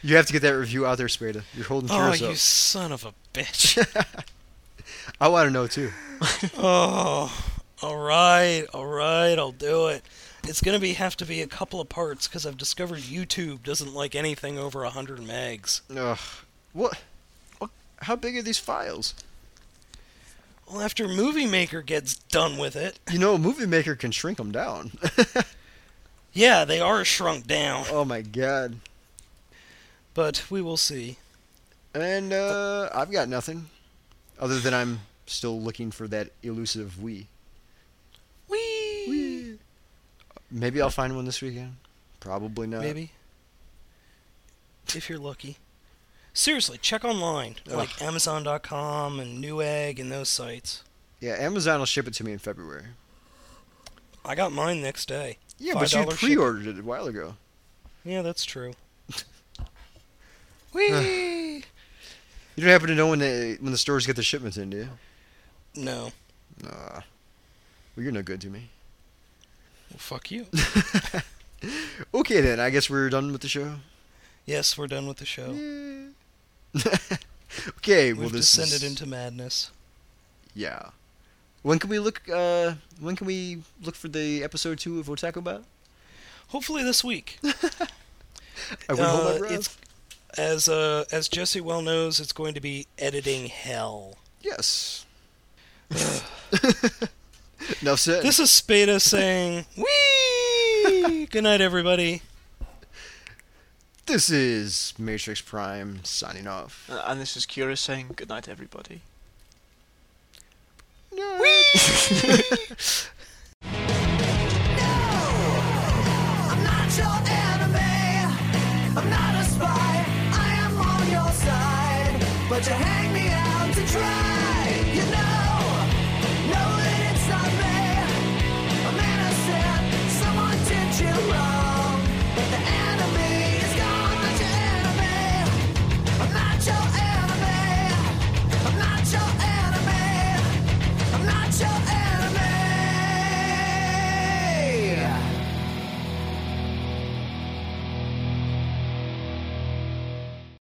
[SPEAKER 1] You have to get that review out there, Spada. You're holding
[SPEAKER 4] Oh,
[SPEAKER 1] yours
[SPEAKER 4] you
[SPEAKER 1] up.
[SPEAKER 4] son of a bitch.
[SPEAKER 1] I want to know too.
[SPEAKER 4] Oh, all right, all right, I'll do it. It's gonna be have to be a couple of parts because I've discovered YouTube doesn't like anything over hundred megs.
[SPEAKER 1] Ugh. What? what? How big are these files?
[SPEAKER 4] Well, after Movie Maker gets done with it,
[SPEAKER 1] You know, Movie Maker can shrink them down.
[SPEAKER 4] yeah, they are shrunk down.
[SPEAKER 1] oh my god.
[SPEAKER 4] But we will see.
[SPEAKER 1] And uh, I've got nothing, other than I'm still looking for that elusive Wii.
[SPEAKER 4] Wee.
[SPEAKER 1] Maybe I'll find one this weekend. Probably not.
[SPEAKER 4] Maybe. If you're lucky. Seriously, check online, like Amazon.com and Newegg and those sites.
[SPEAKER 1] Yeah, Amazon will ship it to me in February.
[SPEAKER 4] I got mine next day.
[SPEAKER 1] Yeah, but you
[SPEAKER 4] $5 shipping.
[SPEAKER 1] pre-ordered it a while ago.
[SPEAKER 4] Yeah, that's true. Wee.
[SPEAKER 1] You don't happen to know when they when the stores get their shipments in, do you?
[SPEAKER 4] No.
[SPEAKER 1] Nah. Well, you're no good to me.
[SPEAKER 4] Well, fuck you.
[SPEAKER 1] Okay then, I guess we're done with the show.
[SPEAKER 4] yes, we're done with the show.
[SPEAKER 1] okay,
[SPEAKER 4] We've
[SPEAKER 1] well this is,
[SPEAKER 4] descended into madness.
[SPEAKER 1] yeah. When can we look? Uh, when can we look for the episode two of Otaku Bot?
[SPEAKER 4] Hopefully this week.
[SPEAKER 1] I would hold my
[SPEAKER 4] Uh,
[SPEAKER 1] breath.
[SPEAKER 4] it's as uh, as Jesse well knows, it's going to be editing hell.
[SPEAKER 1] Yes. Enough said.
[SPEAKER 4] This is Spada saying, "Wee! Good night, everybody."
[SPEAKER 1] this is Matrix Prime signing off.
[SPEAKER 5] Uh, and this is Curious saying good night, everybody.
[SPEAKER 1] Whee!